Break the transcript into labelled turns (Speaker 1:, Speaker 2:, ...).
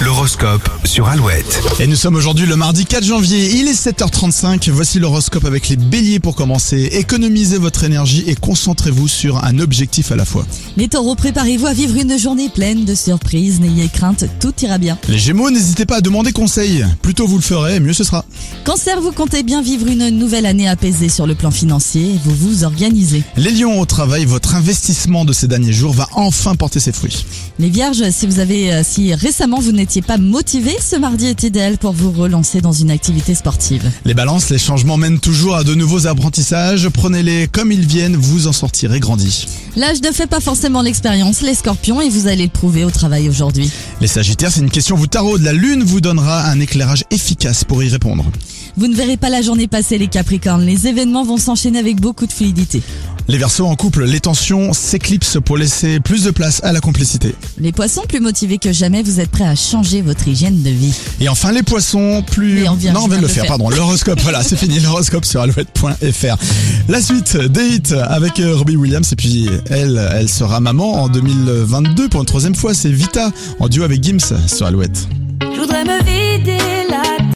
Speaker 1: L'horoscope sur Alouette.
Speaker 2: Et nous sommes aujourd'hui le mardi 4 janvier, il est 7h35, voici l'horoscope avec les béliers pour commencer. Économisez votre énergie et concentrez-vous sur un objectif à la fois.
Speaker 3: Les taureaux, préparez-vous à vivre une journée pleine de surprises, n'ayez crainte, tout ira bien.
Speaker 2: Les gémeaux, n'hésitez pas à demander conseil, plus tôt vous le ferez, mieux ce sera.
Speaker 3: Cancer, vous comptez bien vivre une nouvelle année apaisée sur le plan financier, vous vous organisez.
Speaker 2: Les lions au travail, votre investissement de ces derniers jours va enfin porter ses fruits.
Speaker 3: Les vierges, si vous avez, euh, si récemment vous n'étiez pas motivé, ce mardi est idéal pour vous relancer dans une activité sportive.
Speaker 2: Les balances, les changements mènent toujours à de nouveaux apprentissages, prenez-les comme ils viennent, vous en sortirez grandi.
Speaker 3: L'âge ne fait pas forcément l'expérience, les scorpions, et vous allez le prouver au travail aujourd'hui.
Speaker 2: Les sagittaires, c'est une question vous taraude, la lune vous donnera un éclairage efficace pour y répondre.
Speaker 3: Vous ne verrez pas la journée passer les capricornes, les événements vont s'enchaîner avec beaucoup de fluidité.
Speaker 2: Les versos en couple, les tensions s'éclipsent pour laisser plus de place à la complicité.
Speaker 3: Les poissons, plus motivés que jamais, vous êtes prêts à changer votre hygiène de vie.
Speaker 2: Et enfin, les poissons, plus...
Speaker 3: Mais on vient-
Speaker 2: non,
Speaker 3: je
Speaker 2: on vient
Speaker 3: viens
Speaker 2: de
Speaker 3: de
Speaker 2: le
Speaker 3: le
Speaker 2: faire,
Speaker 3: faire.
Speaker 2: pardon. L'horoscope, voilà, c'est fini. L'horoscope sur alouette.fr. La suite des hits avec euh, Robbie Williams. Et puis, elle, elle sera maman en 2022 pour une troisième fois. C'est Vita en duo avec Gims sur Alouette.
Speaker 4: Je voudrais me vider la